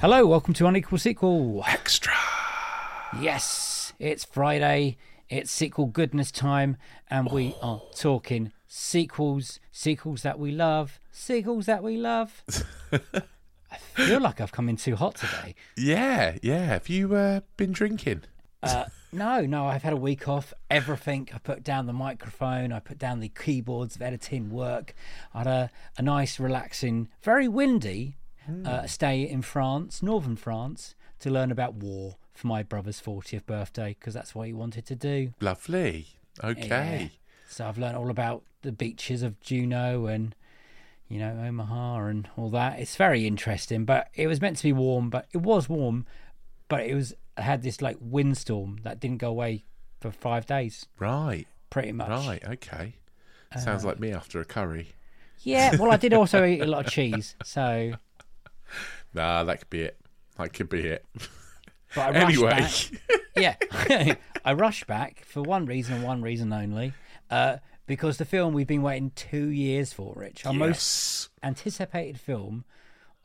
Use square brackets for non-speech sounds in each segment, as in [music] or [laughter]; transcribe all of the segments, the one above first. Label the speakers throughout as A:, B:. A: Hello, welcome to Unequal Sequel.
B: Extra.
A: Yes, it's Friday, it's sequel goodness time, and we are talking sequels, sequels that we love, sequels that we love. I feel like I've come in too hot today.
B: Yeah, yeah. Have you uh, been drinking?
A: Uh, no, no, I've had a week off. Everything. I put down the microphone. I put down the keyboards of editing work. I had a, a nice, relaxing, very windy uh, stay in France, northern France, to learn about war for my brother's 40th birthday because that's what he wanted to do.
B: Lovely. Okay.
A: So I've learned all about the beaches of Juneau and you know Omaha and all that. It's very interesting, but it was meant to be warm, but it was warm, but it was I had this like windstorm that didn't go away for five days,
B: Right.
A: pretty much. Um,
B: Right. Okay. Sounds like me after a curry.
A: Yeah. Well, I
B: [laughs]
A: did also eat a lot of cheese, so
B: Nah, that could be it. That could be it.
A: but I rushed
B: anyway,
A: back.
B: [laughs]
A: yeah, [laughs] I rushed back for one reason and one reason only, uh, because the film we've been waiting two years for, Rich, our most
B: yes.
A: anticipated film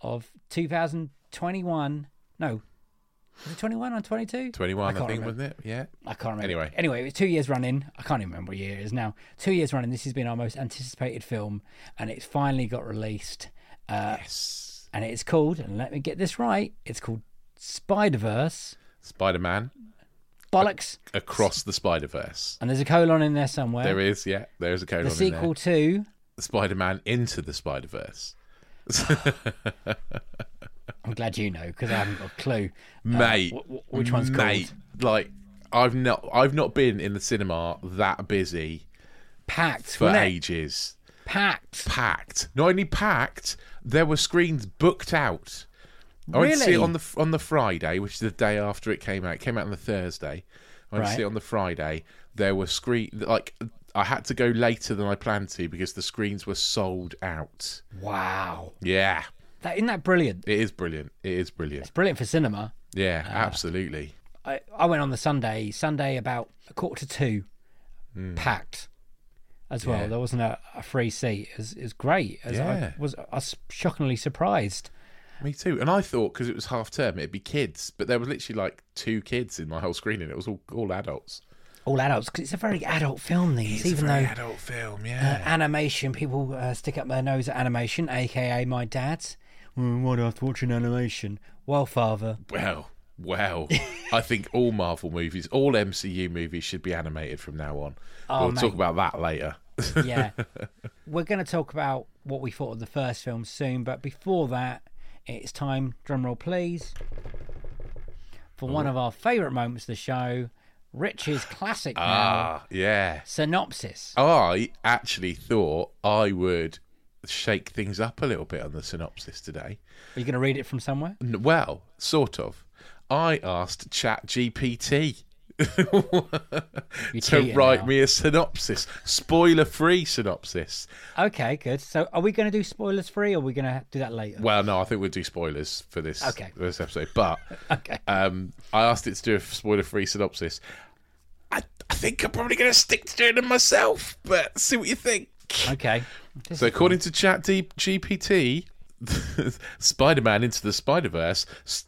A: of 2021. No, was it 21 or 22?
B: 21, I,
A: can't
B: think,
A: remember.
B: wasn't it? Yeah.
A: I can't remember.
B: Anyway.
A: anyway, it was two years running. I can't even remember what year it is now. Two years running. This has been our most anticipated film, and it's finally got released. Uh,
B: Yes.
A: And it's called, and let me get this right. It's called Spider Verse.
B: Spider Man
A: Bollocks.
B: across the Spider Verse.
A: And there's a colon in there somewhere.
B: There is, yeah. There is a code
A: Uh-huh. the
B: on
A: sequel to
B: there. Spider Man into the Spider Verse.
A: I'm glad you know because I haven't got a clue.
B: Mate.
A: Uh, wh- wh- which one's called?
B: mate, Like, I've not, I've not been in the cinema that busy
A: Packed.
B: for
A: wasn't it?
B: ages.
A: Packed.
B: packed. Not only packed, there were screens booked out. I went to see it
A: Really?
B: on the on the Friday, which is the day after it came out. It came out on the Thursday. I went to see it
A: Right.
B: on the Friday. There were screen like I had to go later than I planned to because the screens were sold out.
A: Wow.
B: Yeah,
A: That isn't that brilliant?
B: it is brilliant. It is brilliant.
A: It's brilliant for cinema.
B: Yeah,
A: Ah.
B: absolutely.
A: I, I went on the Sunday. Sunday about a quarter to two. Packed. As well,
B: Hmm. Yeah.
A: there wasn't a, a free seat. It was, it was great. As
B: Yeah.
A: I was, I was shockingly surprised.
B: Me too. And I thought because it was half term, it'd be kids, but there was literally like two kids in my whole screen, and it was all all adults.
A: All adults, because it's a very adult film. These, even though
B: adult film,
A: Uh,
B: yeah.
A: animation. People uh, stick up their nose at animation, aka my dad's.
B: Hmm,
A: Mm, why do I have to watch an animation? Well, father,
B: Well, well, I think all Marvel movies, all MCU movies should be animated from now on.
A: Oh,
B: we'll talk
A: mate.
B: about that later. [laughs]
A: yeah. We're going to talk about what we thought of the first film soon, but before that, it's time, drumroll please, for one of our favourite moments of the show, Rich's classic now,
B: Ah, yeah.
A: synopsis.
B: I actually thought I would shake things up a little bit on the synopsis today.
A: Are you going to read it from somewhere?
B: N- Well, sort of. I asked ChatGPT [laughs]
A: You're
B: to
A: cheating
B: write
A: now.
B: me a synopsis, spoiler-free synopsis.
A: Okay, good. So, are we going to do spoilers free, or are we going to do that later?
B: Well, no, I think we'll do spoilers for this
A: Okay.
B: for this episode. But
A: Okay.
B: um, I asked it to do a spoiler-free synopsis. I, I think I'm probably going to stick to doing them myself, but see what you think.
A: Okay.
B: [laughs] So, according to Chat GPT, Spider Man Into the Spider Verse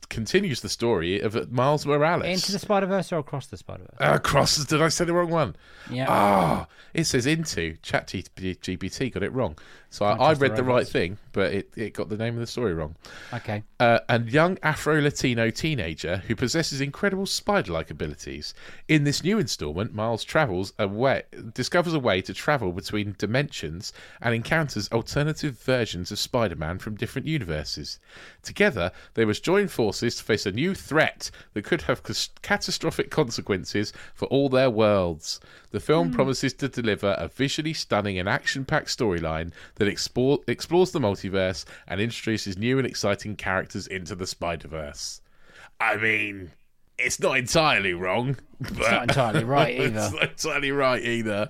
B: continues the story of uh, Miles Morales.
A: Into the Spider Verse or across the Spider Verse?
B: Uh, crosses. Did I say the wrong one?
A: Yeah.
B: Ah, it says into. ChatGPT got it wrong. So I, I
A: trust the
B: read the right
A: robots.
B: thing, but it, it got the name of the story wrong.
A: Okay.
B: Uh, and young Afro Latino teenager who possesses incredible spider like abilities. In this new installment, Miles travels away, discovers a way to travel between dimensions and encounters alternative versions of Spider Man from different universes. Together, they must join forces to face a new threat that could have cas- catastrophic consequences for all their worlds. The
A: Hmm.
B: film promises to deliver a visually stunning and action packed storyline that explore- explores the multiverse and introduces new and exciting characters into the Spider Verse. I mean, it's not entirely wrong, [laughs] but it's
A: not entirely right
B: [laughs] it's
A: either.
B: not entirely right either.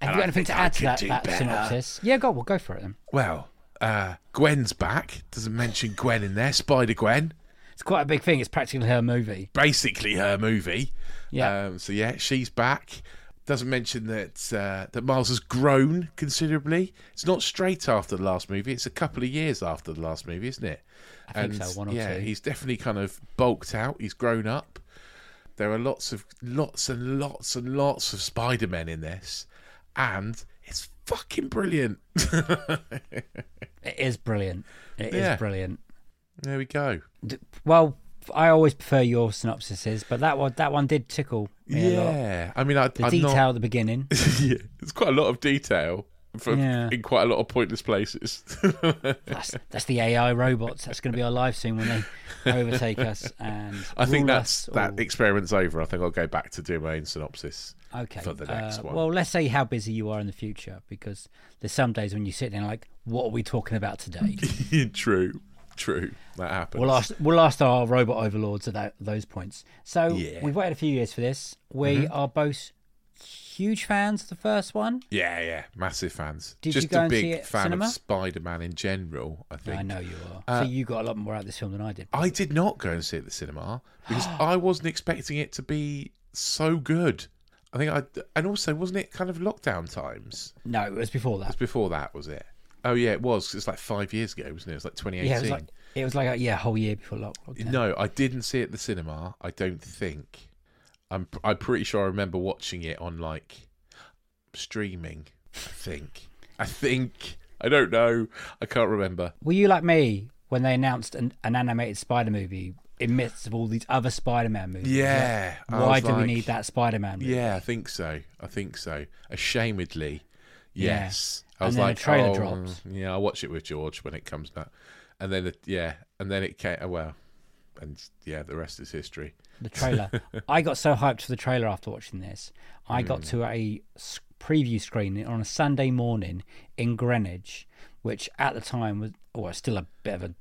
A: Have you
B: And I
A: got anything
B: think
A: to
B: I
A: add to
B: could
A: that,
B: do
A: that
B: better.
A: synopsis? Yeah, go. We'll go for it then.
B: Well, uh, Gwen's back. Doesn't mention Gwen in there. Spider Gwen.
A: It's quite a big thing. It's practically her movie.
B: basically her movie.
A: Yeah.
B: Um, so yeah, she's back. Doesn't mention that uh, that Miles has grown considerably. It's not straight after the last movie. It's a couple of years after the last movie, isn't it? I
A: think so, one or
B: yeah,
A: two.
B: he's definitely kind of bulked out. He's grown up. There are lots of lots and lots and lots of Spider Men in this, and it's fucking brilliant. [laughs]
A: It is brilliant. It is
B: Yeah.
A: brilliant.
B: there we go.
A: D- Well, I always prefer your synopsises, but that one that one did tickle me a lot.
B: Yeah, I mean, I,
A: The
B: I'm
A: detail
B: not.
A: at the beginning.
B: [laughs] yeah, it's quite a lot of detail from
A: Yeah.
B: in quite a lot of pointless places. [laughs]
A: That's, that's the AI robots. That's going to be our life soon when
B: [laughs]
A: they overtake us. And
B: I think
A: rule oh.
B: that's
A: us
B: that
A: all.
B: experiment's over. I think I'll go back to do my own synopsis.
A: Okay.
B: for the next
A: uh,
B: one.
A: Well, let's say how busy you are in the future, because there's some days when you sit there and like, what are we talking about
B: [laughs]
A: today?
B: [laughs] true, true. That happens.
A: We'll ask, we'll ask our robot overlords at that, those points. So
B: Yeah. Mm-hmm.
A: we've waited a few years for this. We are both huge fans of the first one.
B: yeah, yeah. Massive fans.
A: Did you
B: Just
A: go
B: a
A: and see
B: big
A: it at
B: fan
A: cinema?
B: of Spider-Man in general. I think.
A: I know you are.
B: Uh,
A: so you got a lot more out of this film than I did.
B: I did not go and see it at the cinema
A: [gasps]
B: because I wasn't expecting it to be so good. I think I and also wasn't it kind of lockdown times?
A: No, it was before that.
B: It's before that, was it? Oh yeah, it was. 'cause It's like five years ago, wasn't it? It was like 2018.
A: Yeah, it was like it was like a, yeah, whole year before lock- lockdown.
B: No, I didn't see it at the cinema. I don't think. I'm I'm pretty sure I remember watching it on like streaming. I think. I think. I don't know. I can't remember.
A: Were you like me when they announced an, an animated Spider movie in midst of all these other Spider-Man movies?
B: Yeah. I
A: Like, why
B: was
A: do we
B: like-
A: need that Spider-Man? Movie?
B: Yeah, I think so. I think so. Ashamedly,
A: Yeah.
B: yes. I
A: And
B: was
A: then the
B: like,
A: trailer
B: oh,
A: drops.
B: yeah, I'll watch it with George when it comes out. And then, it, yeah, and then it came. Oh, well, and yeah, the rest is history.
A: the trailer. I got so hyped for the trailer after watching this. I got to a s- preview screening on a Sunday morning in Greenwich, which at the time was well, it's still a bit of a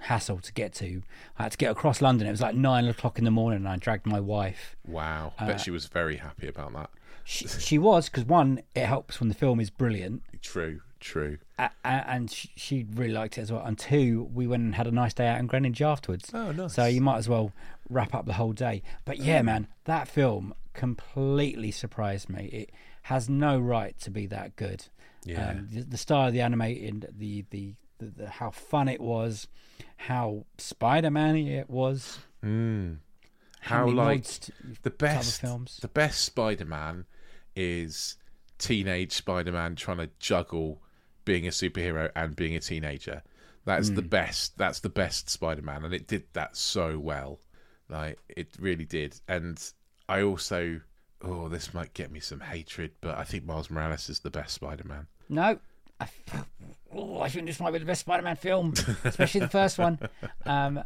A: hassle to get to. I had to get across London. It was like nine o'clock in the morning, and I dragged my wife.
B: Wow,
A: Uh,
B: bet she was very happy about that.
A: She, she was because one, it helps when the film is brilliant,
B: True, true.
A: a- a- and she, she really liked it as well. And two, we went and had a nice day out in Greenwich afterwards.
B: Oh, nice.
A: So you might as well wrap up the whole day. But yeah, man, that film completely surprised me. It has no right to be that good. Um,
B: Yeah.
A: the, the style of the animated, the the, the, the how fun it was, how Spider-Man it was.
B: Hmm. How
A: many
B: like
A: nods to-
B: the best
A: films.
B: The best Spider-Man is teenage Spider-Man trying to juggle being a superhero and being a teenager. That's
A: Hmm.
B: the best. That's the best Spider-Man, and it did that so well. Like it really did. And I also, oh, this might get me some hatred, but I think Miles Morales is the best Spider-Man.
A: No. I, f- oh, I think this might be the best Spider-Man film, especially the first one. Um,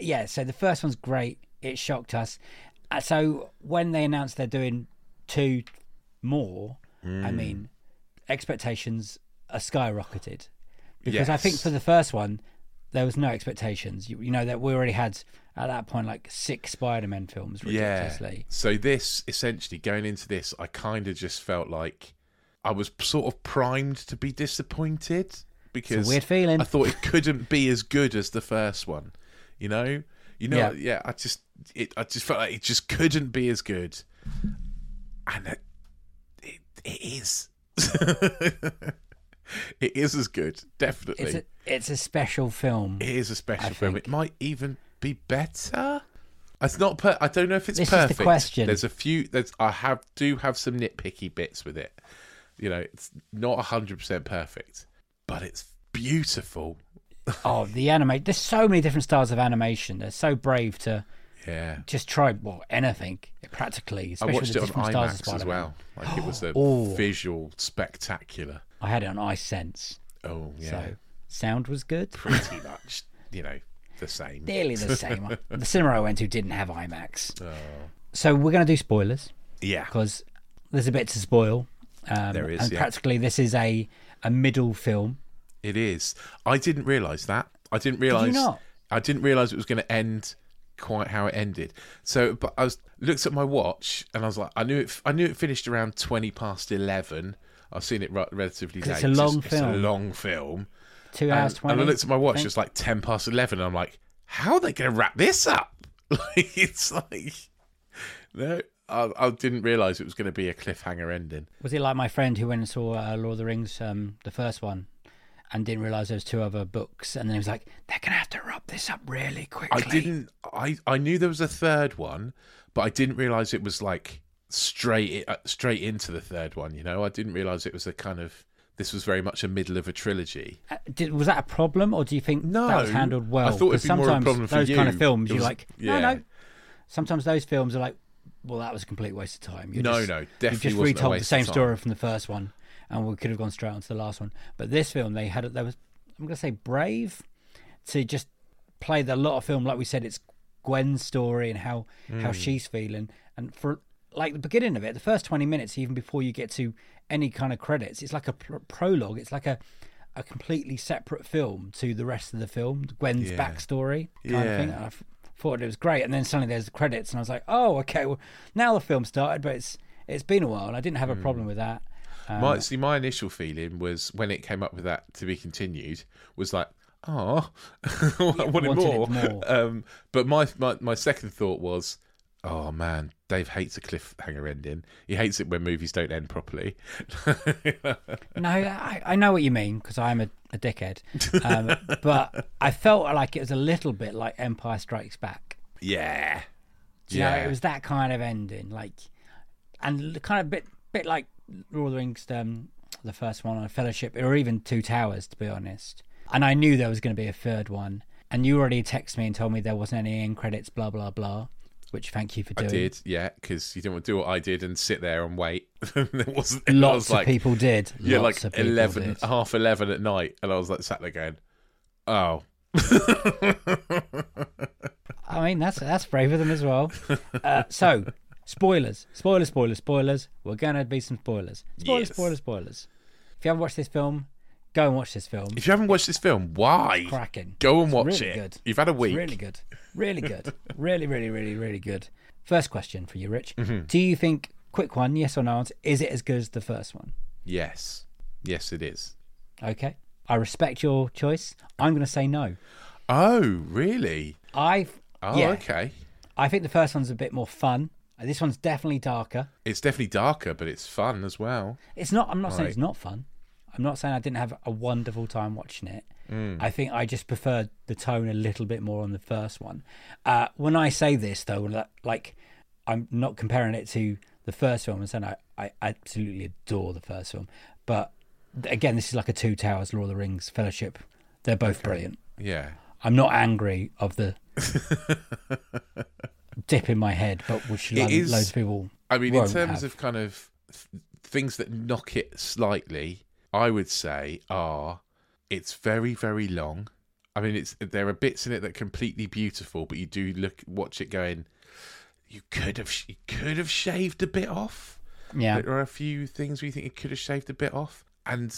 A: yeah, so the first one's great. It shocked us. Uh, So when they announced they're doing two more, I
B: Hmm.
A: mean, expectations are skyrocketed because I think
B: Yes.
A: for the first one there was no expectations. You, you know that we already had at that point like six Spider-Man films ridiculously.
B: So this essentially going into this, I kind of just felt like I was sort of primed to be disappointed because
A: weird feeling.
B: I thought it couldn't be as good as the first one. You know, you know,
A: Yeah.
B: yeah. I just it, I just felt like it just couldn't be as good, and it, it, it is. [laughs] It is as good, definitely.
A: It's a, it's a special film.
B: It is a special film. It might even be better. It's not. Per- I don't know if it's
A: This is the
B: perfect.
A: question.
B: There's a few. There's. I have do have some nitpicky bits with it. You know, it's not hundred percent perfect, but it's beautiful.
A: Oh, the anime. There's so many different styles of animation. They're so brave to
B: Yeah.
A: just try well anything practically.
B: I
A: Especially
B: watched
A: the
B: it on
A: different styles of
B: IMAX as
A: Spider-Man.
B: well. Like it was a
A: [gasps] Oh.
B: visual spectacular.
A: I had it on iSense,
B: Oh yeah,
A: so sound was good.
B: [laughs] pretty much. You know, the same.
A: Nearly the same. the cinema I went to didn't have IMAX.
B: Oh.
A: So we're going to do spoilers
B: Yeah.
A: because there's a bit to spoil. Um,
B: There is,
A: and
B: yeah.
A: practically this is a a middle film.
B: It is. I didn't realise that. I didn't realise.
A: not?
B: I didn't realise it was going to end quite how it ended. So, but I was looked at my watch and I was like, I knew it. I knew it finished around twenty past eleven. I've seen it ri- relatively late.
A: 'Cause it's a long
B: It's a
A: film.
B: long film.
A: Two
B: And,
A: hours twenty.
B: and I looked at my watch.
A: I think.
B: It's like ten past eleven. And I'm like, how are they going to wrap this up? [laughs] Like, it's like no. I, I didn't realise it was going to be a cliffhanger ending.
A: Was it like my friend who went and saw uh, Lord of the Rings, um, the first one, and didn't realize there was two other books, and then he was like, "They're gonna have to wrap this up really
B: I
A: quickly."
B: didn't. I I knew there was a third one, but I didn't realize it was like straight uh, straight into the third one. You know, I didn't realize it was a kind of this was very much a middle of a trilogy.
A: Uh, Did, was that a problem, or do you think that was
B: No,
A: handled well?
B: I thought
A: 'Cause
B: it'd be more a
A: sometimes
B: problem for
A: those kind
B: you.
A: of films,
B: It
A: you're
B: was-
A: like, "No,
B: yeah.
A: no." Sometimes those films are like, "Well, that was a complete waste of time." You're
B: No,
A: just,
B: no,
A: You've
B: definitely
A: just
B: wasn't a
A: retold the
B: waste of
A: same
B: time.
A: story from the first one, and we could have gone straight on to the last one. But this film, they had there was, I'm gonna say, brave to just play the lot of film like we said it's Gwen's story and how
B: Hmm.
A: how she's feeling and for like the beginning of it the first 20 minutes even before you get to any kind of credits it's like a pr- prologue it's like a a completely separate film to the rest of the film Gwen's
B: Yeah.
A: backstory kind
B: Yeah.
A: of thing and I f- thought it was great and then suddenly there's the credits and I was like oh okay well now the film started but it's it's been a while and I didn't have
B: Hmm.
A: a problem with that
B: my
A: Um,
B: see, my initial feeling was when it came up with that to be continued was like, ah, [laughs] I wanted,
A: wanted
B: more.
A: it more.
B: [laughs] Um, but my, my my second thought was. Oh man, Dave hates a cliffhanger ending. He hates it when movies don't end properly.
A: No, I, I know what you mean because I'm a, a dickhead. Um,
B: [laughs]
A: but I felt like it was a little bit like Empire Strikes Back.
B: yeah,
A: Do you know, it was that kind of ending, like, and the kind of bit, bit like Lord of the Rings, um, the first one, or Fellowship, or even Two Towers, to be honest. And I knew there was going to be a third one, and you already texted me and told me there wasn't any end credits, blah blah blah. Which thank you for doing.
B: I did, yeah, because you didn't want to do what I did and sit there and wait. [laughs] there wasn't. and I
A: Lots
B: was
A: of
B: like,
A: people did.
B: Yeah,
A: Lots of
B: like
A: people
B: eleven,
A: did.
B: half eleven at night, and I was like sat there going, "Oh,
A: I mean, that's that's brave of them as well. Uh, so, spoilers, spoilers, spoilers, spoilers. We're gonna be some spoilers. Spoilers,
B: Yes.
A: spoilers, spoilers. If you haven't watched this film, go and watch this film.
B: if you haven't watched this film, why?
A: Cracking.
B: Go and
A: It's
B: watch
A: really
B: it.
A: good.
B: You've had a
A: It's
B: week.
A: Really good. Really good. [laughs] really, really, really, really good. First question for you, Rich.
B: Mm-hmm.
A: Do you think quick one, yes or no answer, is it as good as the first one?
B: Yes, yes, it is.
A: Okay. I respect your choice. I'm gonna say no.
B: Oh, really?
A: I
B: Oh,
A: yeah,
B: okay.
A: I think the first one's a bit more fun. This one's definitely darker.
B: It's definitely darker, but it's fun as well.
A: It's not. I'm not saying it's not fun. I'm not saying I didn't have a wonderful time watching it.
B: Mm.
A: I think I just preferred the tone a little bit more on the first one. Uh, when I say this, though, li- like I'm not comparing it to the first film and saying I, I absolutely adore the first film, but th- again, this is like a Two Towers, Lord of the Rings, Fellowship. They're both brilliant.
B: Yeah.
A: I'm not angry of
B: [laughs]
A: the dip in my head, but which lo-
B: is-
A: loads of people.
B: I mean,
A: won't
B: in terms
A: have.
B: of kind of th- things that knock it slightly, I would say are it's very very long. I mean, it's there are bits in it that are completely beautiful, but you do look watch it going. You could have sh- you could have shaved a bit off.
A: Yeah,
B: There are a few things where you think it could have shaved a bit off. And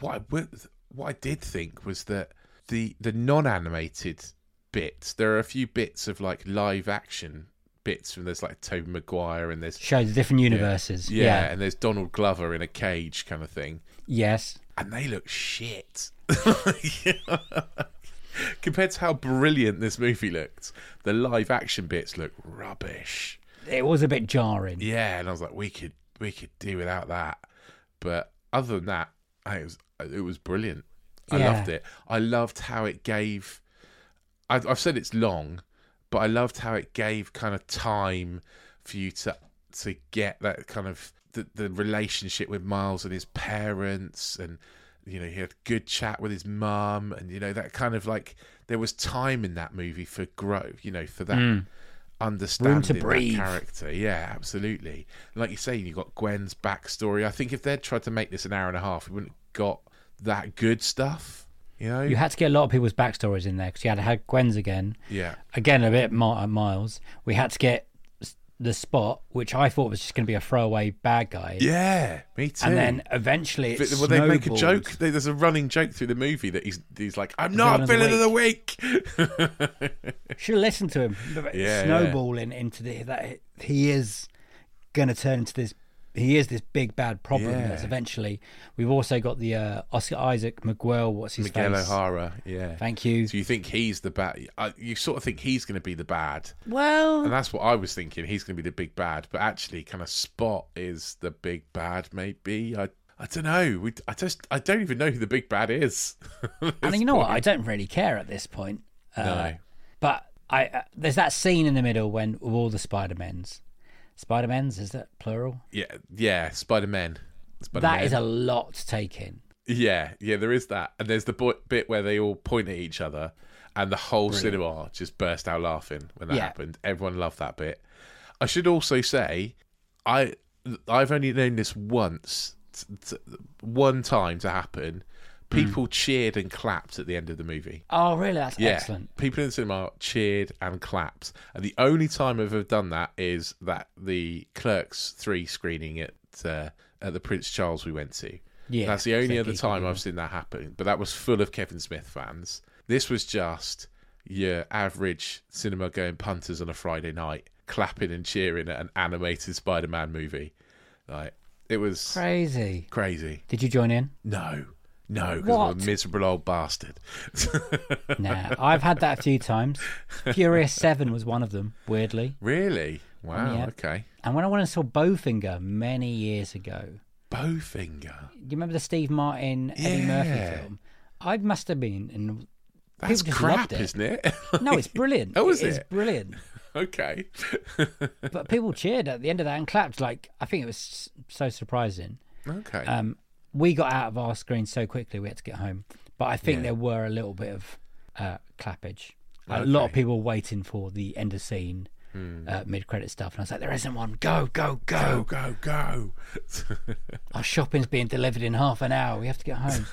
B: what I would, what I did think was that the the non animated bits, there are a few bits of like live action bits from there's like Tobey Maguire and there's
A: show the different universes.
B: yeah,
A: yeah.
B: and there's Donald Glover in a cage kind of thing,
A: Yes.
B: and they look shit. [laughs] Compared to how brilliant this movie looked, the live action bits look rubbish.
A: it was a bit jarring.
B: Yeah, and I was like, we could we could do without that. But other than that, I think it was it was brilliant. I
A: Yeah.
B: loved it. I loved how it gave. I, I've said it's long, but I loved how it gave kind of time for you to to get that kind of the, the relationship with Miles and his parents, and you know he had a good chat with his mum, and you know that kind of like there was time in that movie for growth. You know for that understanding that
A: Mm. breathe.
B: character. Yeah, absolutely. And like you say, you got Gwen's backstory. I think if they'd tried to make this an hour and a half, we wouldn't have got that good stuff. You know?
A: You had to get a lot of people's backstories in there because you had had Gwen's again,
B: yeah.
A: again a bit Mi- uh, Miles. We had to get s- the spot, which I thought was just going to be a throwaway bad guy,
B: Yeah, me too.
A: and then eventually it
B: But- well, they make a
A: snowballed.
B: joke. They, there's a running joke through the movie that he's he's like, "I'm not
A: Villain of
B: villain of
A: the
B: the week."
A: Should have listened to him. But
B: Yeah,
A: snowballing into the that he is going to turn into this. He is this big bad problem.
B: Yeah.
A: That's eventually. We've also got the uh, Oscar Isaac Miguel. What's [laughs] his
B: Miguel
A: face?
B: O'Hara. Yeah.
A: Thank you.
B: So you think he's the bad? I- You sort of think he's going to be the bad, and
A: Well,
B: that's what I was thinking. He's going to be the big bad, but actually, kind of Spot is the big bad. Maybe I. I don't know. We, I just I don't even know who the big bad is. [laughs]
A: and you know what? I don't really care at this point. Uh,
B: no.
A: But I uh, there's that scene in the middle when with all the Spider Men's. Spider Men's is that plural?
B: Yeah, yeah. Spider Man. Spider
A: That is a lot to take in.
B: Yeah, yeah, there is that. And there's the bo- bit where they all point at each other and the whole cinema just burst out laughing when that
A: Yeah.
B: happened. Everyone loved that bit. I should also say I I've only known this once t- t- one time to happen. People cheered and clapped at the end of the movie.
A: Oh, really? That's
B: Yeah.
A: excellent.
B: People in the cinema cheered and clapped. And the only time I've ever done that is that the Clerks 3 screening at uh, at the Prince Charles we went to.
A: Yeah,
B: That's the only
A: they're
B: other
A: geeky
B: time I've seen that happen. But that was full of Kevin Smith fans. This was just your average cinema going punters on a Friday night clapping and cheering at an animated Spider Man movie. Like it was
A: Crazy.
B: crazy.
A: Did you join
B: [laughs]
A: in?
B: No. No, because I'm
A: What?
B: a miserable old bastard. [laughs]
A: Nah, I've had that a few times. Furious Seven was one of them, weirdly.
B: Really? Wow,
A: Oh, Yeah.
B: okay.
A: And when I went and saw Bowfinger many years ago,
B: Bowfinger.
A: you remember the Steve Martin Eddie Murphy
B: Yeah.
A: film? I must have been in.
B: That's
A: People just
B: crap,
A: loved it.
B: isn't it? [laughs]
A: No, it's brilliant.
B: Oh, is
A: It's
B: it?
A: brilliant.
B: okay.
A: But people cheered at the end of that and clapped. Like I think it was s- so surprising.
B: Okay.
A: Um, we got out of our screen so quickly we had to get home. But I think there were a little bit of uh, clappage. A lot of
B: Okay. Hmm.
A: people waiting for the end of scene, uh, mid credit stuff. And I was like, there isn't one. Go, go,
B: go,
A: go.
B: go, go.
A: Our shopping's being delivered in half an hour. We have to get
B: [laughs]
A: home.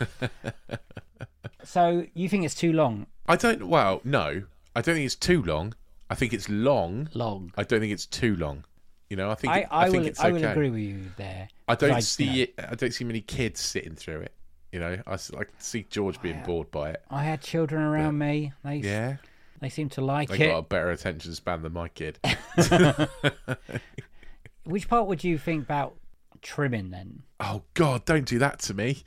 A: so you think it's too long?
B: I don't, well, no. I don't think it's too long. I think it's long.
A: Long.
B: I don't think it's too long. You know, I think,
A: I,
B: it-
A: I,
B: think
A: will,
B: it's
A: I
B: okay.
A: will agree with you there.
B: I don't
A: 'Cause
B: see
A: you know,
B: it, I don't see many kids sitting through it. You know, I, s- I can see George being bored by it.
A: I had children around me. They,
B: Yeah.
A: they seem to like
B: They
A: it.
B: got a better attention span than
A: [laughs]
B: my kid.
A: Which part would you think about trimming then?
B: oh, God, don't do that to me.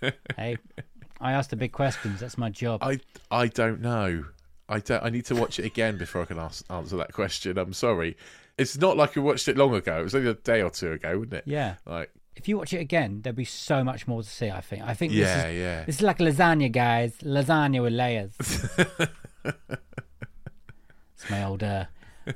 A: Hey, eh? [laughs] I asked the big questions. That's my job.
B: I I don't know. I don't. I need to watch it again before I can ask, answer that question. I'm sorry. It's not like we watched it long ago. It was only a day or two ago, wasn't it?
A: Yeah.
B: Like
A: If you watch it again, there'll be so much more to see. I think. I think.
B: yeah,
A: This is,
B: yeah.
A: This is like lasagna, guys. Lasagna with
B: [laughs]
A: layers. it's my old uh,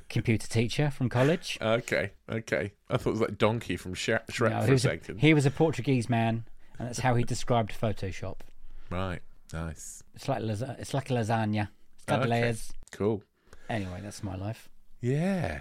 A: computer teacher from
B: [laughs]
A: college.
B: Okay, okay. I thought it was like Donkey from Sh- Shrek
A: No,
B: for
A: he,
B: a
A: was a,
B: second.
A: he was a Portuguese man, and that's how he described Photoshop.
B: Right. Nice.
A: It's like lasa- it's like a lasagna. It's got
B: Oh, Okay.
A: layers.
B: Cool.
A: Anyway, that's my life.
B: Yeah.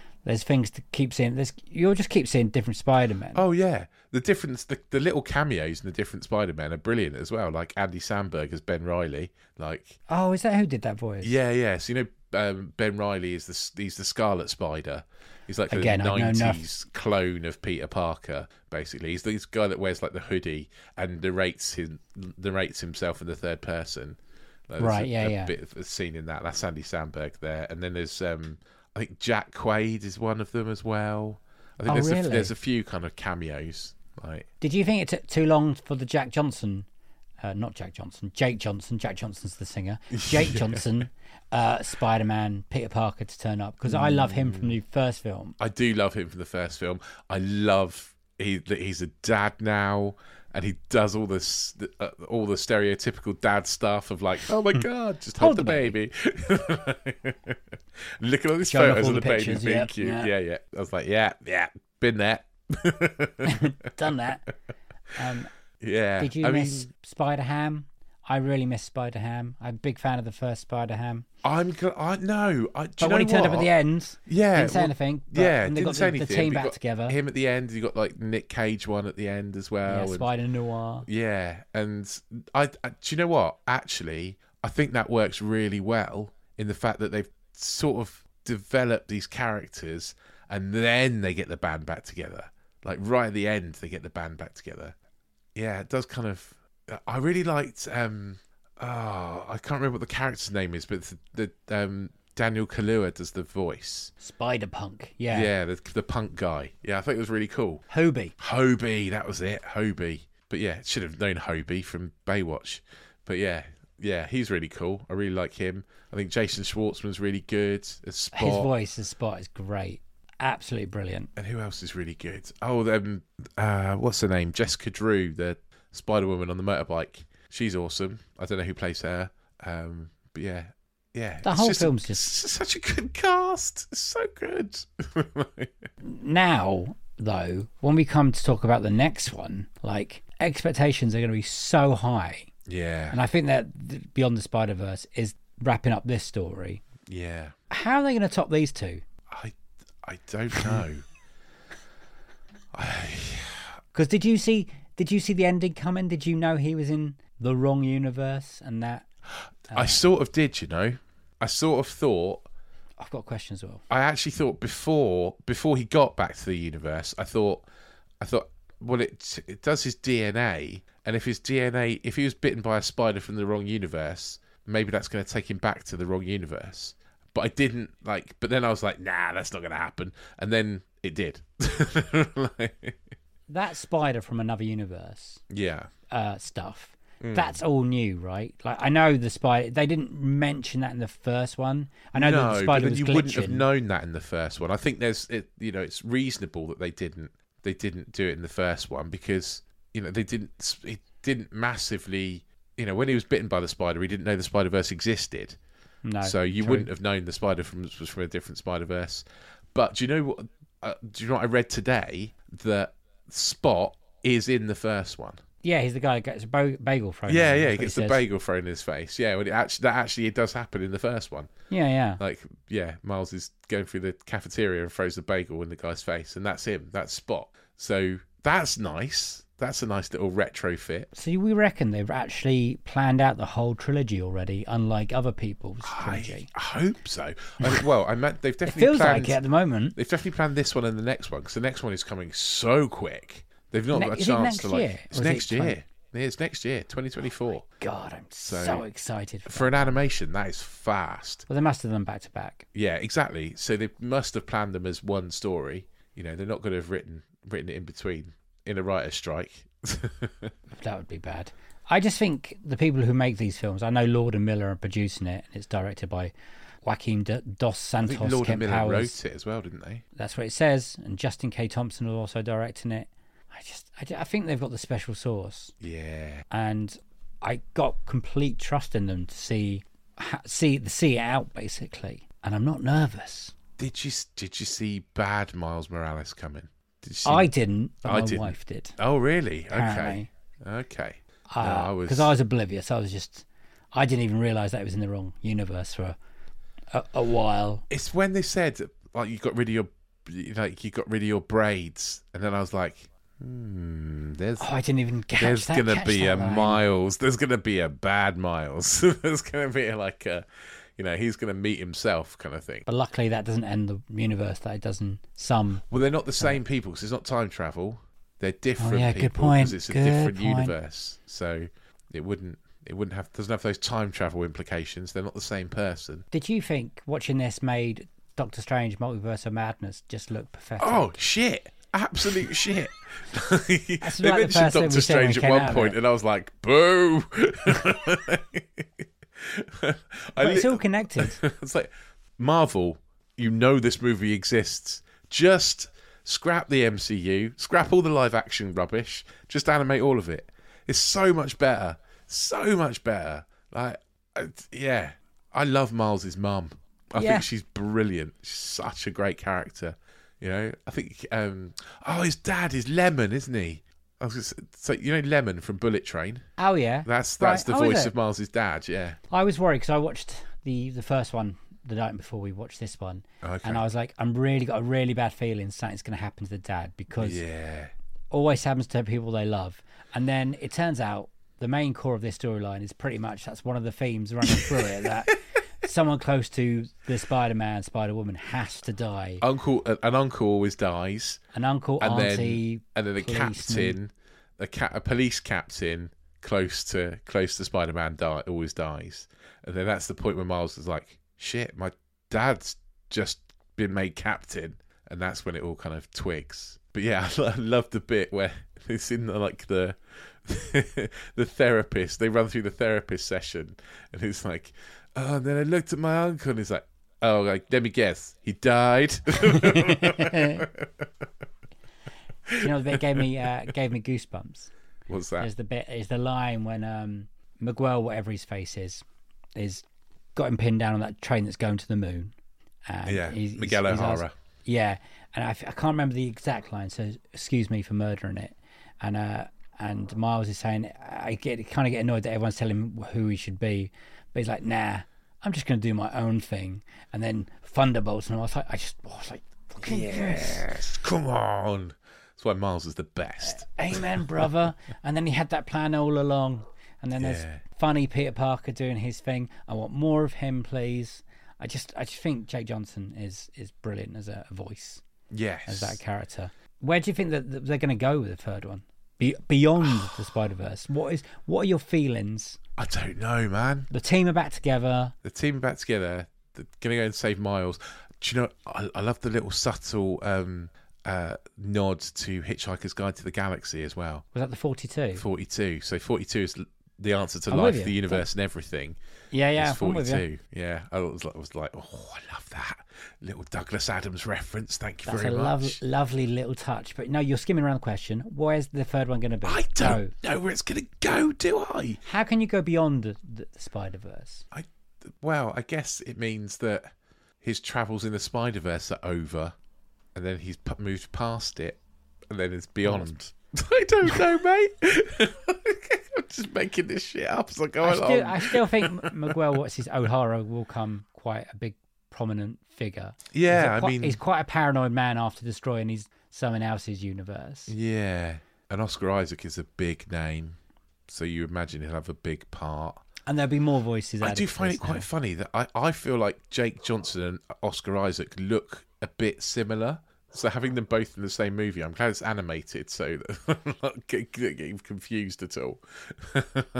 A: there's things to keep seeing. There's you'll just keep seeing different Spider Men.
B: Oh yeah. The difference, the, the little cameos in the different Spider Men are brilliant as well. Like Andy Sandberg as Ben Riley. Like
A: Oh, is that who did that voice?
B: Yeah, yeah. So you know, um, Ben Riley is the he's the Scarlet Spider. He's like
A: Again,
B: the
A: I know
B: nineties clone of Peter Parker, basically. He's this guy that wears like the hoodie and narrates him narrates himself in the third person. Like, there's
A: Right,
B: a-
A: yeah,
B: a
A: yeah.
B: Bit of a scene in that. That's Andy Sandberg there, and then there's um, I think Jack Quaid is one of them as well. I think
A: Oh,
B: there's a,
A: really?
B: there's a few kind of cameos. Like
A: Did you think it took too long for the Jack Johnson, uh, not Jack Johnson, Jake Johnson? Jack Johnson's the singer.
B: [laughs]
A: Jake Johnson, uh, Spider Man, Peter Parker to turn up because I love him from
B: Mm.
A: the first film.
B: I do love him from the first film. I love he, that he's a dad now, and he does all this uh, all the stereotypical dad stuff of like, oh my god, just hold, the,
A: Hmm. the
B: baby. [laughs] Look at all these
A: Showing off
B: photos
A: all
B: of
A: the
B: the, baby
A: pictures,
B: being
A: yeah,
B: cute. Yeah.
A: yeah.
B: yeah, I was like, yeah, yeah, been there.
A: Done that.
B: [laughs]
A: Um,
B: Yeah.
A: did you
B: I
A: miss
B: mean,
A: Spider Ham? I really miss Spider Ham. I'm a big fan of the first Spider Ham.
B: I'm. gl- I no. I, do you
A: But
B: know
A: when he turned up
B: what?
A: at the end,
B: Yeah,
A: didn't say
B: well,
A: anything. But
B: yeah,
A: when they
B: didn't
A: got
B: say
A: the, the
B: anything.
A: team
B: but you
A: back
B: got
A: together.
B: Him at the end. You got like Nick Cage one at the end as well.
A: yeah,
B: and-
A: Spider Noir.
B: Yeah, and I, I do you know what? Actually, I think that works really well in the fact that they've sort of developed these characters, and then they get the band back together. Like right at the end, they get the band back together. Yeah, it does kind of. I really liked. um Oh, I can't remember what the character's name is, but the, the um, Daniel Kaluuya does the voice.
A: Spider Punk.
B: Yeah,
A: Yeah.
B: the, the punk guy. Yeah, I think it was really cool.
A: Hobie.
B: Hobie, that was it, Hobie. But yeah, should have known Hobie from Baywatch. But yeah, yeah, he's really cool. I really like him. I think Jason Schwartzman's really good as Spot.
A: His voice, his spot is great. Absolutely brilliant.
B: And who else is really good? Oh, um, uh, what's her name? Jessica Drew, the Spider Woman on the motorbike. She's awesome. I don't know who plays her. Um, but yeah, yeah.
A: The
B: it's
A: whole
B: just a-
A: film's just-
B: s- [laughs] such a good cast. It's so good. [laughs]
A: now though when we come to talk about the next one like expectations are going to be so high
B: yeah,
A: and i think that th- beyond the spider verse is wrapping up this story
B: yeah.
A: how are they going to top these two
B: I, I don't know.
A: because did you see did you see the ending coming did you know he was in the wrong universe and that
B: I sort of did, you know. I sort of thought.
A: i've got questions as well
B: I actually thought before before he got back to the universe, I thought, I thought, well, it it does his DNA, and if his DNA, if he was bitten by a spider from the wrong universe, maybe that's going to take him back to the wrong universe. But I didn't like. But then I was like, nah, that's not going to happen. And then it did. [laughs] Like,
A: that spider from another universe
B: yeah,
A: uh, stuff.
B: Mm.
A: That's all new, right? Like I know the spider. They didn't mention that in the first one. I know that the
B: no, but
A: spider
B: then
A: was
B: you
A: glitching.
B: wouldn't have known that in the first one. I think there's, it, you know, it's reasonable that they didn't they didn't do it in the first one because you know they didn't it didn't massively you know when he was bitten by the spider he didn't know the Spider Verse existed
A: no,
B: so you
A: true.
B: wouldn't have known the spider from was from a different Spider Verse. But do you know what? Uh, do you know what I read today that Spot is in the first one?
A: Yeah, he's the guy that gets a bo- bagel thrown.
B: Yeah,
A: at him,
B: yeah,
A: is
B: he
A: what
B: gets the
A: says.
B: bagel thrown in his face. Yeah, when it actually that actually it does happen in the first one.
A: Yeah, yeah.
B: like yeah miles is going through the cafeteria and throws the bagel in the guy's face and that's him that's spot so that's nice that's a nice little retrofit
A: So we reckon they've actually planned out the whole trilogy already, unlike other people's
B: i
A: trilogy.
B: hope so I, well i meant they've
A: [laughs] It
B: definitely
A: feels
B: planned
A: like it at the moment.
B: they've definitely planned this one and the next one because the next one is coming so quick they've not
A: Ne-
B: got a
A: is it
B: chance
A: next
B: to like
A: year?
B: it's
A: Or is it
B: next year
A: 20?
B: yeah, it's next year 2024
A: God, I'm so, excited. For
B: for an animation that is fast
A: well, they must have done back to back.
B: Yeah, exactly. So they must have planned them as one story. You know, they're not going to have written written it in between in a writer's strike. [laughs]
A: That would be bad. I just think the people who make these films, I know Lord and Miller are producing it, and it's directed by Joaquin D- Dos
B: I
A: Santos
B: think Lord and
A: Kemp
B: Miller
A: Powers.
B: wrote it as well, didn't they?
A: That's what it says, and Justin K. Thompson is also directing it. I just, I, ju- I think they've got the special sauce.
B: Yeah,
A: and I got complete trust in them to see ha- see see it out basically, and I'm not nervous.
B: did you s- did you see Bad Miles Morales coming? Did you see?
A: I didn't, but
B: I
A: my
B: didn't.
A: wife did.
B: oh really? Okay,
A: Apparently,
B: okay.
A: Ah, because
B: No, I
A: I
B: was-
A: was oblivious. I was just, I didn't even realize that it was in the wrong universe for a, a, a while.
B: It's when they said like you got rid of your like you got rid of your braids, and then I was like, hmm, there's
A: Oh, I didn't even catch
B: there's
A: that.
B: gonna
A: catch
B: be
A: that
B: a
A: line.
B: [laughs] miles there's gonna be a bad miles there's gonna be like a you know, he's going to meet himself kind of thing.
A: But luckily, that doesn't end the universe. That it doesn't. Some
B: Well, they're not the same people 'cause it's not time travel. They're different
A: Oh, yeah, good
B: people
A: point.
B: it's a
A: Good
B: different
A: point.
B: universe. So it wouldn't it wouldn't have doesn't have those time travel implications. They're not the same person.
A: Did you think watching this made Doctor Strange Multiverse of Madness just look pathetic?
B: Oh shit! Absolute shit. [laughs] they
A: the first thing we
B: mentioned
A: said when
B: Doctor
A: we
B: Strange at
A: came
B: one
A: out of
B: point,
A: it.
B: and I was like, "Boo!" [laughs] I
A: but it's
B: li-
A: all
B: [laughs]
A: connected.
B: it's like Marvel. You know this movie exists. Just scrap the MCU, scrap all the live action rubbish. Just animate all of it. It's so much better. So much better. Like, I- yeah, I love Miles's mum. I
A: Yeah.
B: think she's brilliant. She's such a great character. You know, I think. um Oh, his dad is Lemon, isn't he? I was just, so you know Lemon from Bullet Train.
A: oh yeah,
B: That's
A: Right.
B: that's the
A: Oh, is
B: voice
A: it?
B: of Miles's dad. Yeah.
A: I was worried because I watched the the first one the night before we watched this one,
B: Okay.
A: and I was like, I'm really got a really bad feeling something's going to happen to the dad because
B: Yeah.
A: always happens to people they love, and then it turns out the main core of this storyline is pretty much that's one of the themes running through it
B: [laughs]
A: that someone close to the Spider-Man, Spider-Woman has to die.
B: Uncle, an uncle always dies.
A: An uncle,
B: Uh, and
A: auntie,
B: then and then a
A: policeman.
B: captain, a, ca- a police captain close to close to Spider Man die always dies, and then that's the point where Miles is like, "Shit, my dad's just been made captain," and that's when it all kind of twigs. But yeah, [laughs] I, lo- I love the bit where [laughs] it's in the, like the [laughs] the therapist. They run through the therapist session, and it's like, "Oh," and then I looked at my uncle, and he's like. Oh, like let me guess. He died. [laughs]
A: you know, the bit gave me uh, gave me goosebumps.
B: What's that?
A: Is the bit is the line when um, Miguel, whatever his face is, is got him pinned down on that train that's going to the moon. And
B: Yeah,
A: he's- he's-
B: Miguel
A: he's
B: O'Hara.
A: asked- yeah, and I, f- I can't remember the exact line, so excuse me for murdering it. And uh, and Miles is saying I get kind of get annoyed that everyone's telling him who he should be, but he's like, nah, I'm just going to do my own thing. And then Thunderbolts, and I was like, I just I was like, fucking yes.
B: Yes, come on. That's why Miles is the best.
A: Amen, brother. and then he had that plan all along. And then
B: Yeah.
A: there's funny Peter Parker doing his thing. I want more of him, please. I just, I just think Jake Johnson is is brilliant as a voice,
B: Yes.
A: as that character. Where do you think that that they're going to go with the third one? Be- beyond
B: [sighs]
A: the Spider Verse, what is, what are your feelings?
B: I don't know, man.
A: The team are back together.
B: The team back together. They're gonna go and save Miles. Do you know? I, I love the little subtle um, uh, nod to Hitchhiker's Guide to the Galaxy as well.
A: Was that the forty-two?
B: Forty-two. So forty-two is l- the answer to
A: I'm with
B: life,
A: you.
B: the universe, and everything.
A: yeah, yeah,
B: It's
A: I'm with you.
B: 42. Yeah, I was, like- I was like, oh, I love that little Douglas Adams reference. Thank you
A: That's
B: very
A: a lov-
B: much.
A: lovely little touch. But no, you're skimming around the question. Where's the third one going to be?
B: I
A: No.
B: don't know where it's gonna go, do I?
A: How can you go beyond the, the Spider Verse?
B: I well, I guess it means that his travels in the Spider Verse are over, and then he's p- moved past it, and then it's beyond. [laughs] I
A: [laughs]
B: don't know, mate. [laughs] I'm just making this shit up as I go
A: I
B: along.
A: still, I still think M- Miguel what's his O'Hara will come quite a big prominent figure.
B: yeah,
A: he's a
B: I
A: quite-
B: mean,
A: he's quite a paranoid man after destroying his someone else's universe.
B: Mm. yeah, and Oscar Isaac is a big name, so you imagine he'll have a big part.
A: And there'll be more voices.
B: I
A: added
B: do
A: to
B: find
A: this
B: it quite
A: now.
B: funny that I, I feel like Jake Johnson and Oscar Isaac look a bit similar. So having them both in the same movie, I'm glad it's animated, so [laughs] that I'm not get- get- getting confused at all.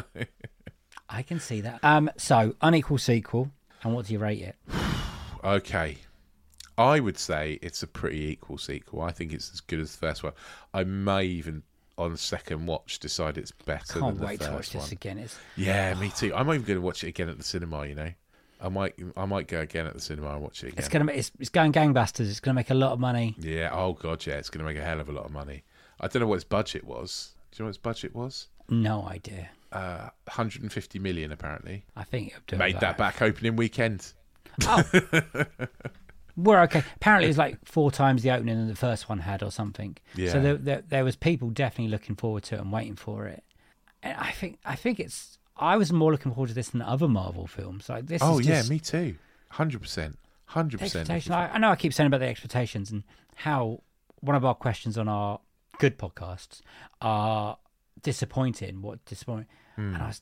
B: [laughs]
A: I can see that. Um, so unequal sequel, and what do you rate it?
B: Okay, I would say it's a pretty equal sequel. I think it's as good as the first one. I may even on second watch decide it's better
A: Can't
B: than the
A: wait
B: first
A: to watch
B: one.
A: this again. It's
B: Yeah, me too. I'm even going to watch it again at the cinema. You know, I might I might go again at the cinema and watch it again.
A: it's gonna it's, it's going gangbusters. It's gonna make a lot of money.
B: Yeah. Oh god, yeah. It's going to make a hell of a lot of money. I don't know what its budget was. Do you know what its budget was?
A: No idea.
B: Uh, 150 million apparently.
A: I think it'll do
B: Made
A: about-
B: that back opening weekend.
A: We're
B: [laughs]
A: okay. Apparently, it was like four times the opening that the first one had, or something.
B: Yeah.
A: So there, there, there was people definitely looking forward to it and waiting for it. And I think, I think it's. I was more looking forward to this than other Marvel films. Like this.
B: Oh
A: is
B: yeah,
A: just
B: me too. 100 percent. 100 percent.
A: expectation. I, I know I keep saying about the expectations and how one of our questions on our good
B: Hmm.
A: podcasts are disappointing. What disappointing? And I was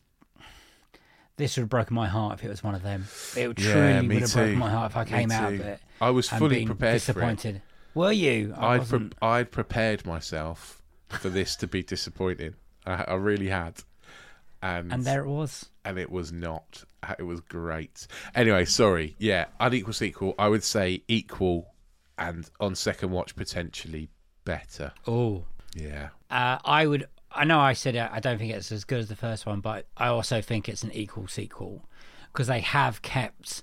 A: This would have broken my heart if it was one of them. It would
B: Yeah,
A: truly
B: me
A: would have broken
B: too.
A: my heart if I
B: Me
A: came out of
B: too.
A: it.
B: I was
A: and
B: fully
A: been
B: prepared for it.
A: Disappointed. Were you? I
B: I'd,
A: wasn't.
B: pre- I'd prepared myself for this to be disappointing. I, I really had. And,
A: and there it was.
B: and it was not. It was great. Anyway, sorry. Yeah, unequal sequel. I would say equal, and on second watch potentially better.
A: Oh,
B: Yeah,
A: uh, I would. I know I said I I don't think it's as good as the first one, but I also think it's an equal sequel because they have kept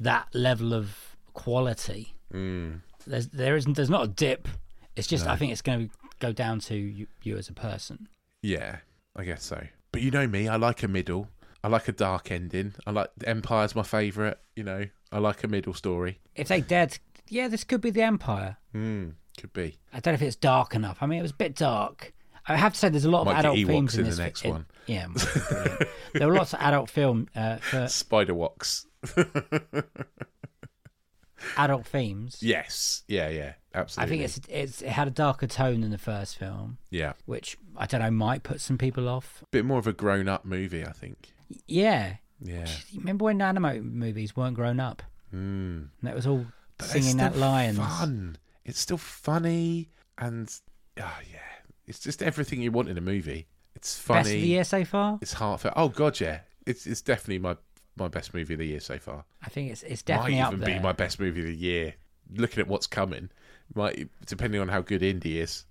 A: that level of quality.
B: Mm.
A: There's there isn't there's not a dip. It's just I think it's going to go down to you, you as a person.
B: yeah. I guess so. But you know me. I like a middle. I like a dark ending. I like Empire's my favorite. You know, I like a middle story.
A: If they dared, yeah, this could be the Empire.
B: Hmm. could be.
A: I don't know if it's dark enough. I mean, it was a bit dark. I have to say, there's a lot of
B: Might get
A: adult
B: Ewoks
A: themes in,
B: in the
A: this.
B: next
A: fi-
B: one.
A: yeah, might be brilliant. there were lots of adult film uh,
B: [laughs]
A: for
B: Spider walks.
A: adult themes.
B: Yes. Yeah. Yeah.
A: I
B: Absolutely.
A: think it's it's it had a darker tone than the first film,
B: yeah.
A: which I don't know might put some people off.
B: Bit more of a grown-up movie, I think.
A: Yeah,
B: Yeah.
A: remember when anime movies weren't grown up?
B: Mm.
A: And it was all
B: But it's
A: singing that
B: still
A: lions.
B: Fun. It's still funny, and oh yeah, it's just everything you want in a movie. It's funny.
A: Best of the year so far.
B: It's heartfelt. Oh god, yeah. It's it's definitely my my best movie of the year so far.
A: I think it's it's definitely
B: might
A: up
B: even
A: there.
B: be my best movie of the year. Looking at what's coming, might depending on how good indie is.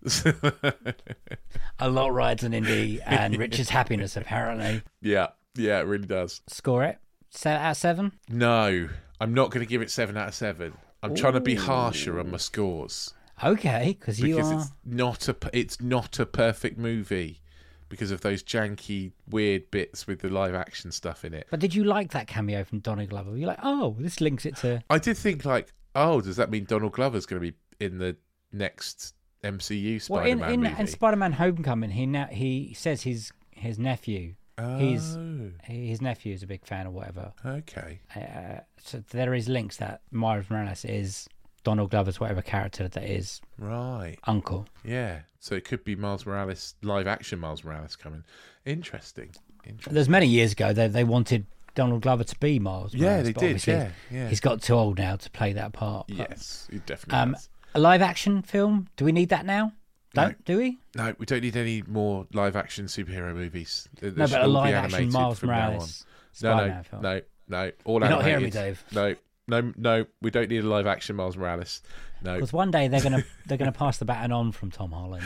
B: [laughs]
A: A lot rides on Indy
B: [laughs]
A: and Richard's happiness apparently.
B: yeah, yeah, it really does.
A: Score it. Seven out of seven.
B: No, I'm not going to give it seven out of seven. I'm trying to be harsher on my scores.
A: Okay, because you
B: because
A: are.
B: it's not a it's not a perfect movie because of those janky weird bits with the live action stuff in it.
A: But did you like that cameo from Donny Glover? You're like, oh, this links it to.
B: I did think like, oh, does that mean Donald Glover's going to be in the next MCU
A: Well,
B: Spider-Man
A: in in,
B: movie?
A: in Spider-Man: Homecoming, he now he says his his nephew, he's
B: Oh,
A: his nephew is a big fan or whatever.
B: okay.
A: Uh, so there is links that Miles Morales is Donald Glover's whatever character that is
B: Right.
A: uncle.
B: Yeah. So it could be Miles Morales live action Miles Morales coming. Interesting. Interesting.
A: There's many years ago they they wanted Donald Glover to be Miles.
B: Yeah,
A: Morales,
B: they
A: but
B: did,
A: obviously
B: yeah, yeah.
A: he's got too old now to play that part. but-
B: Yes, it definitely
A: Um,
B: does.
A: a live action film? Do we need that now? Don't do we?
B: No, we don't need any more live action superhero movies. They- they
A: No,
B: should
A: but a
B: all be
A: live action
B: animated
A: Miles
B: from now on.
A: Morales
B: No,
A: Spider-Man
B: no,
A: film.
B: no, no. All
A: You're not
B: animated.
A: hearing me, Dave.
B: No, no, no. We don't need a live action Miles Morales. No.
A: Because one day they're gonna they're gonna pass the baton on from Tom
B: [laughs]
A: Holland,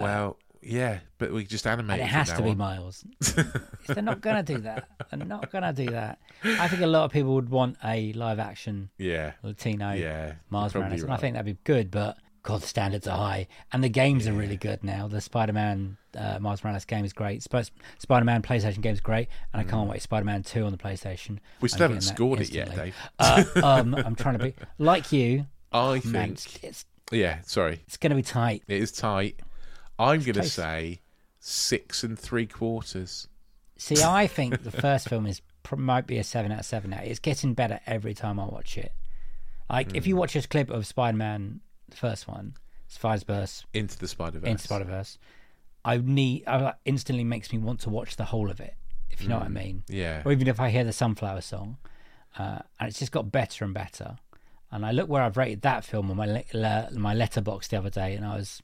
B: well, yeah, but we just animate.
A: uh, and it
B: from
A: has
B: now
A: to be
B: on. [laughs]
A: Miles. they're not gonna do that. They're not gonna do that. I think a lot of people would want a live action
B: Yeah,
A: Latino
B: yeah.
A: Mars
B: you're probably
A: Morales, and I
B: right.
A: think that'd be good. But God, the standards are high, and the games are really good now. The Spider-Man uh, Mars Morales game is great. Sp- Spider-Man PlayStation game is great, and I can't wait Spider-Man Two on the PlayStation.
B: Mm. We
A: I'm
B: still haven't
A: getting that
B: scored it yet,
A: instantly.
B: Dave.
A: Uh, um, I'm trying to be like you,
B: I
A: man.
B: think.
A: It's, it's
B: Yeah, sorry,
A: it's going to be tight.
B: it is tight. I'm going to
A: close.
B: say six and three quarters.
A: See, I think the first film is pr- might be a seven out of seven now. It's getting better every time I watch it. Like if you watch this clip of Spider-Man, the first one, Spider-Verse,
B: Into the Spider Verse.
A: in Spider Verse, I need I like, instantly makes me want to watch the whole of it. If you know what I mean,
B: Yeah.
A: or even if I hear the Sunflower song, uh, and it's just got better and better. And I look where I've rated that film on my le- le- my letterbox the other day, and I was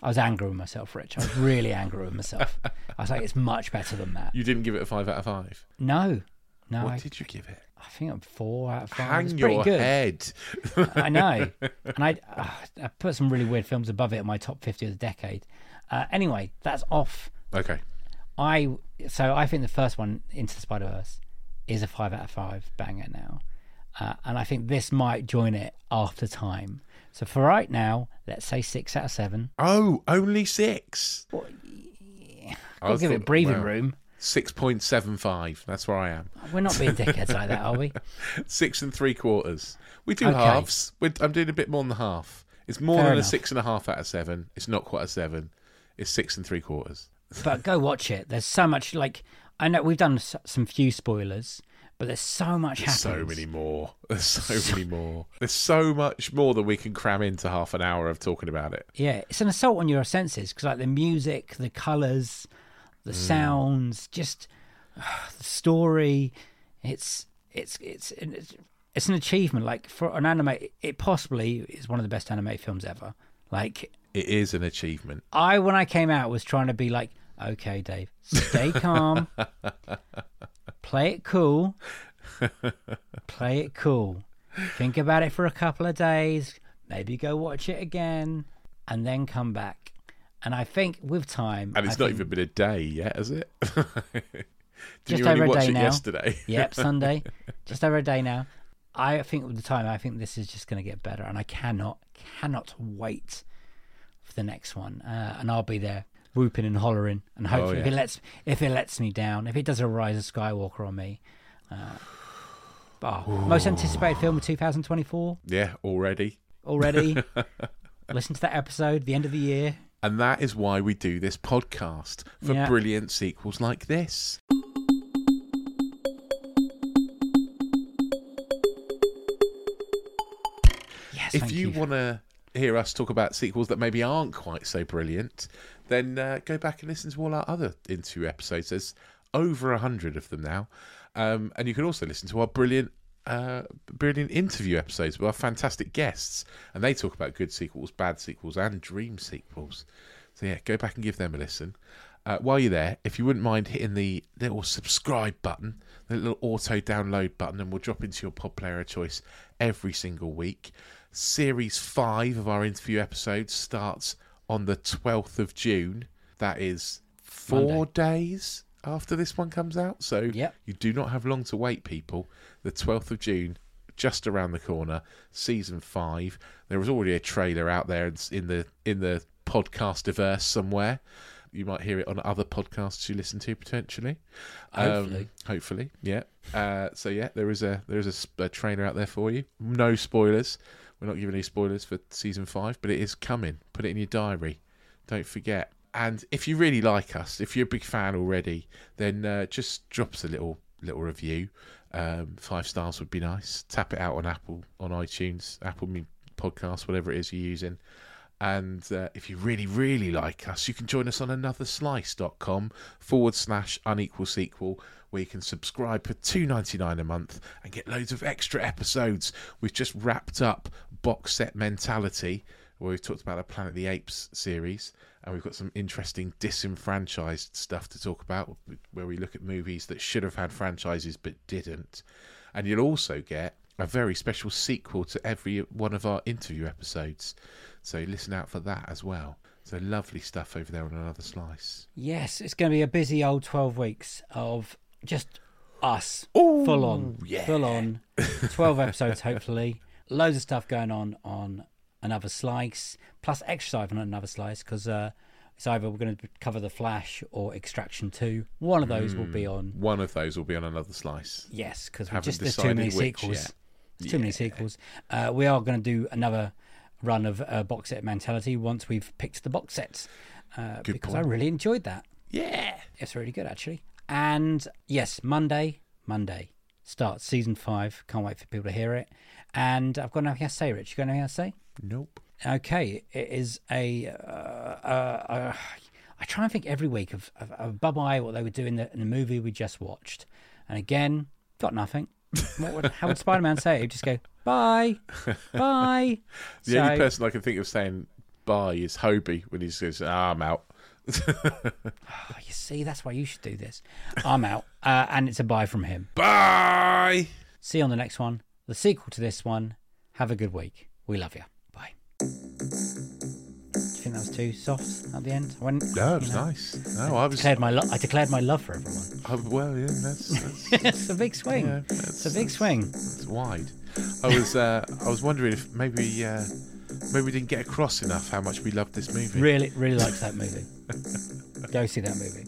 A: I was angry with myself, Rich. I was
B: [laughs]
A: really angry with myself. I was like, it's much better than that.
B: You didn't give it a five out of five.
A: No, no,
B: What
A: I,
B: did you give it?
A: I think I'm four out of five. it's
B: Hang
A: pretty
B: your
A: good.
B: head.
A: I
B: [laughs]
A: know, and I ah, I put some really weird films above it in my top fifty of the decade. Uh, anyway, that's off.
B: Okay.
A: I so I think the first one into the Spider Verse is a five out of five banger now, uh, and I think this might join it after time. So for right now, let's say six out of seven.
B: Oh, only six.
A: I'll give it breathing room.
B: Six point seven five. That's where I am.
A: We're not being dickheads like that, are [laughs] we?
B: Six and three quarters. We do
A: Okay.
B: halves. We're, I'm doing a bit more than half. It's more
A: Fair
B: than
A: enough.
B: a six and a half out of seven. It's not quite a seven. It's six and three quarters.
A: But go watch it. There's so much. Like I know we've done s- some few spoilers, but there's so much happens.
B: So many more. [laughs]
A: [laughs]
B: There's so many more. There's so much more that we can cram into half an hour of talking about it.
A: Yeah, it's an assault on your senses because like the music, the colors, the sounds, just the story. It's it's it's it's, it's an achievement. Like for an anime, it possibly is one of the best anime films ever. Like
B: It is an achievement.
A: I, when I came out, was trying to be like, okay, Dave, stay
B: [laughs]
A: calm, play it cool, play it cool. Think about it for a couple of days, maybe go watch it again, and then come back. And I think with time,
B: And it's
A: I
B: not
A: think-
B: even been a day yet, has it? [laughs] Did
A: Just
B: you only
A: over a
B: watch
A: day
B: it
A: now.
B: yesterday?
A: yep, Sunday, just over a day now. I think with the time, I think this is just going to get better, and I cannot, cannot wait for the next one. Uh, and I'll be there whooping and hollering, and hopefully, if
B: Oh, yeah.
A: it lets, if it lets me down, if it does a Rise of Skywalker on me. Uh, oh, most anticipated film of 2024
B: [laughs] yeah, already.
A: already.
B: [laughs]
A: Listen to that episode, the end of the year.
B: And that is why we do this podcast for
A: Yeah.
B: brilliant sequels like this.
A: Yes,
B: if
A: thank
B: you, want to hear us talk about sequels that maybe aren't quite so brilliant, then uh, go back and listen to all our other into episodes. There's over a hundred of them now, um, and you can also listen to our brilliant. Uh, brilliant interview episodes with our fantastic guests, and they talk about good sequels, bad sequels, and dream sequels. So, yeah, go back and give them a listen. Uh, while you're there, if you wouldn't mind hitting the little subscribe button, the little auto download button, and we'll drop into your pod player of choice every single week. Series 5 of our interview episode starts on the 12th of June. That is four days after this one comes out. So
A: Yep.
B: you do not have long to wait, people. The 12th of June, just around the corner, season 5. There was already a trailer out there It's in the in the podcastiverse somewhere. You might hear it on other podcasts you listen to potentially.
A: Hopefully.
B: Um, hopefully, yeah. Uh, so yeah, there is a there is a s- a, trailer out there for you. No spoilers. We're not giving any spoilers for season five, but it is coming. Put it in your diary. Don't forget. And if you really like us, if you're a big fan already, then uh, just drop us a little little review. Um, five stars would be nice. Tap it out on Apple, on iTunes, Apple Mu- Podcasts, whatever it is you're using. And uh, if you really, really like us, you can join us on anotherslice.com forward slash unequal sequel, where you can subscribe for two ninety nine a month and get loads of extra episodes. We've just wrapped up Box Set Mentality, where we've talked about the Planet of the Apes series, and we've got some interesting disenfranchised stuff to talk about, where we look at movies that should have had franchises but didn't. And you'll also get a very special sequel to every one of our interview episodes. So listen out for that as well. So lovely stuff over there on another slice.
A: Yes, it's going to be a busy old 12 weeks of just us full on.
B: yeah.
A: Full on. 12 episodes, hopefully. Loads of stuff going on on Another Slice, plus exercise on Another Slice, because uh, it's either we're going to cover The Flash or Extraction 2. One of those will be on.
B: One of those will be on another slice.
A: Yes, because
B: Haven't
A: just there's too many
B: decided which
A: sequels.
B: yet.
A: There's too many sequels. Uh, we are going to do another run of uh, box set mentality once we've picked the box sets, uh,
B: Good
A: because
B: point.
A: I really enjoyed that.
B: Yeah.
A: It's really good actually. And yes, Monday, Monday starts season five. Can't wait for people to hear it. And I've got nothing else to say, Rich. You got nothing else to say?
B: Nope.
A: Okay, it is a. Uh, uh, uh, I try and think every week of, of, of Bub Eye, what they would do in the, in the movie we just watched. And again, got nothing. What would, how would Spider Man say it? He'd just go, bye, bye.
B: [laughs] The
A: So-
B: only person I can think of saying bye is Hobie when he says, ah, I'm out.
A: Oh, you see, that's why you should do this. I'm out. Uh, and it's a bye from him.
B: Bye.
A: See you on the next one, the sequel to this one. Have a good week. We love you. Bye. Do you think that was too soft at the end? I went,
B: No,
A: you
B: it was
A: know,
B: nice. No, I was.
A: Declared my lo- I declared my love for everyone.
B: I, well, yeah, that's, that's,
A: it's a big swing.
B: Yeah,
A: it's a
B: that's-
A: big swing.
B: that's wide. I was uh, I was wondering if maybe uh, maybe we didn't get across enough how much we loved this movie.
A: Really, really likes that movie. Go see that movie.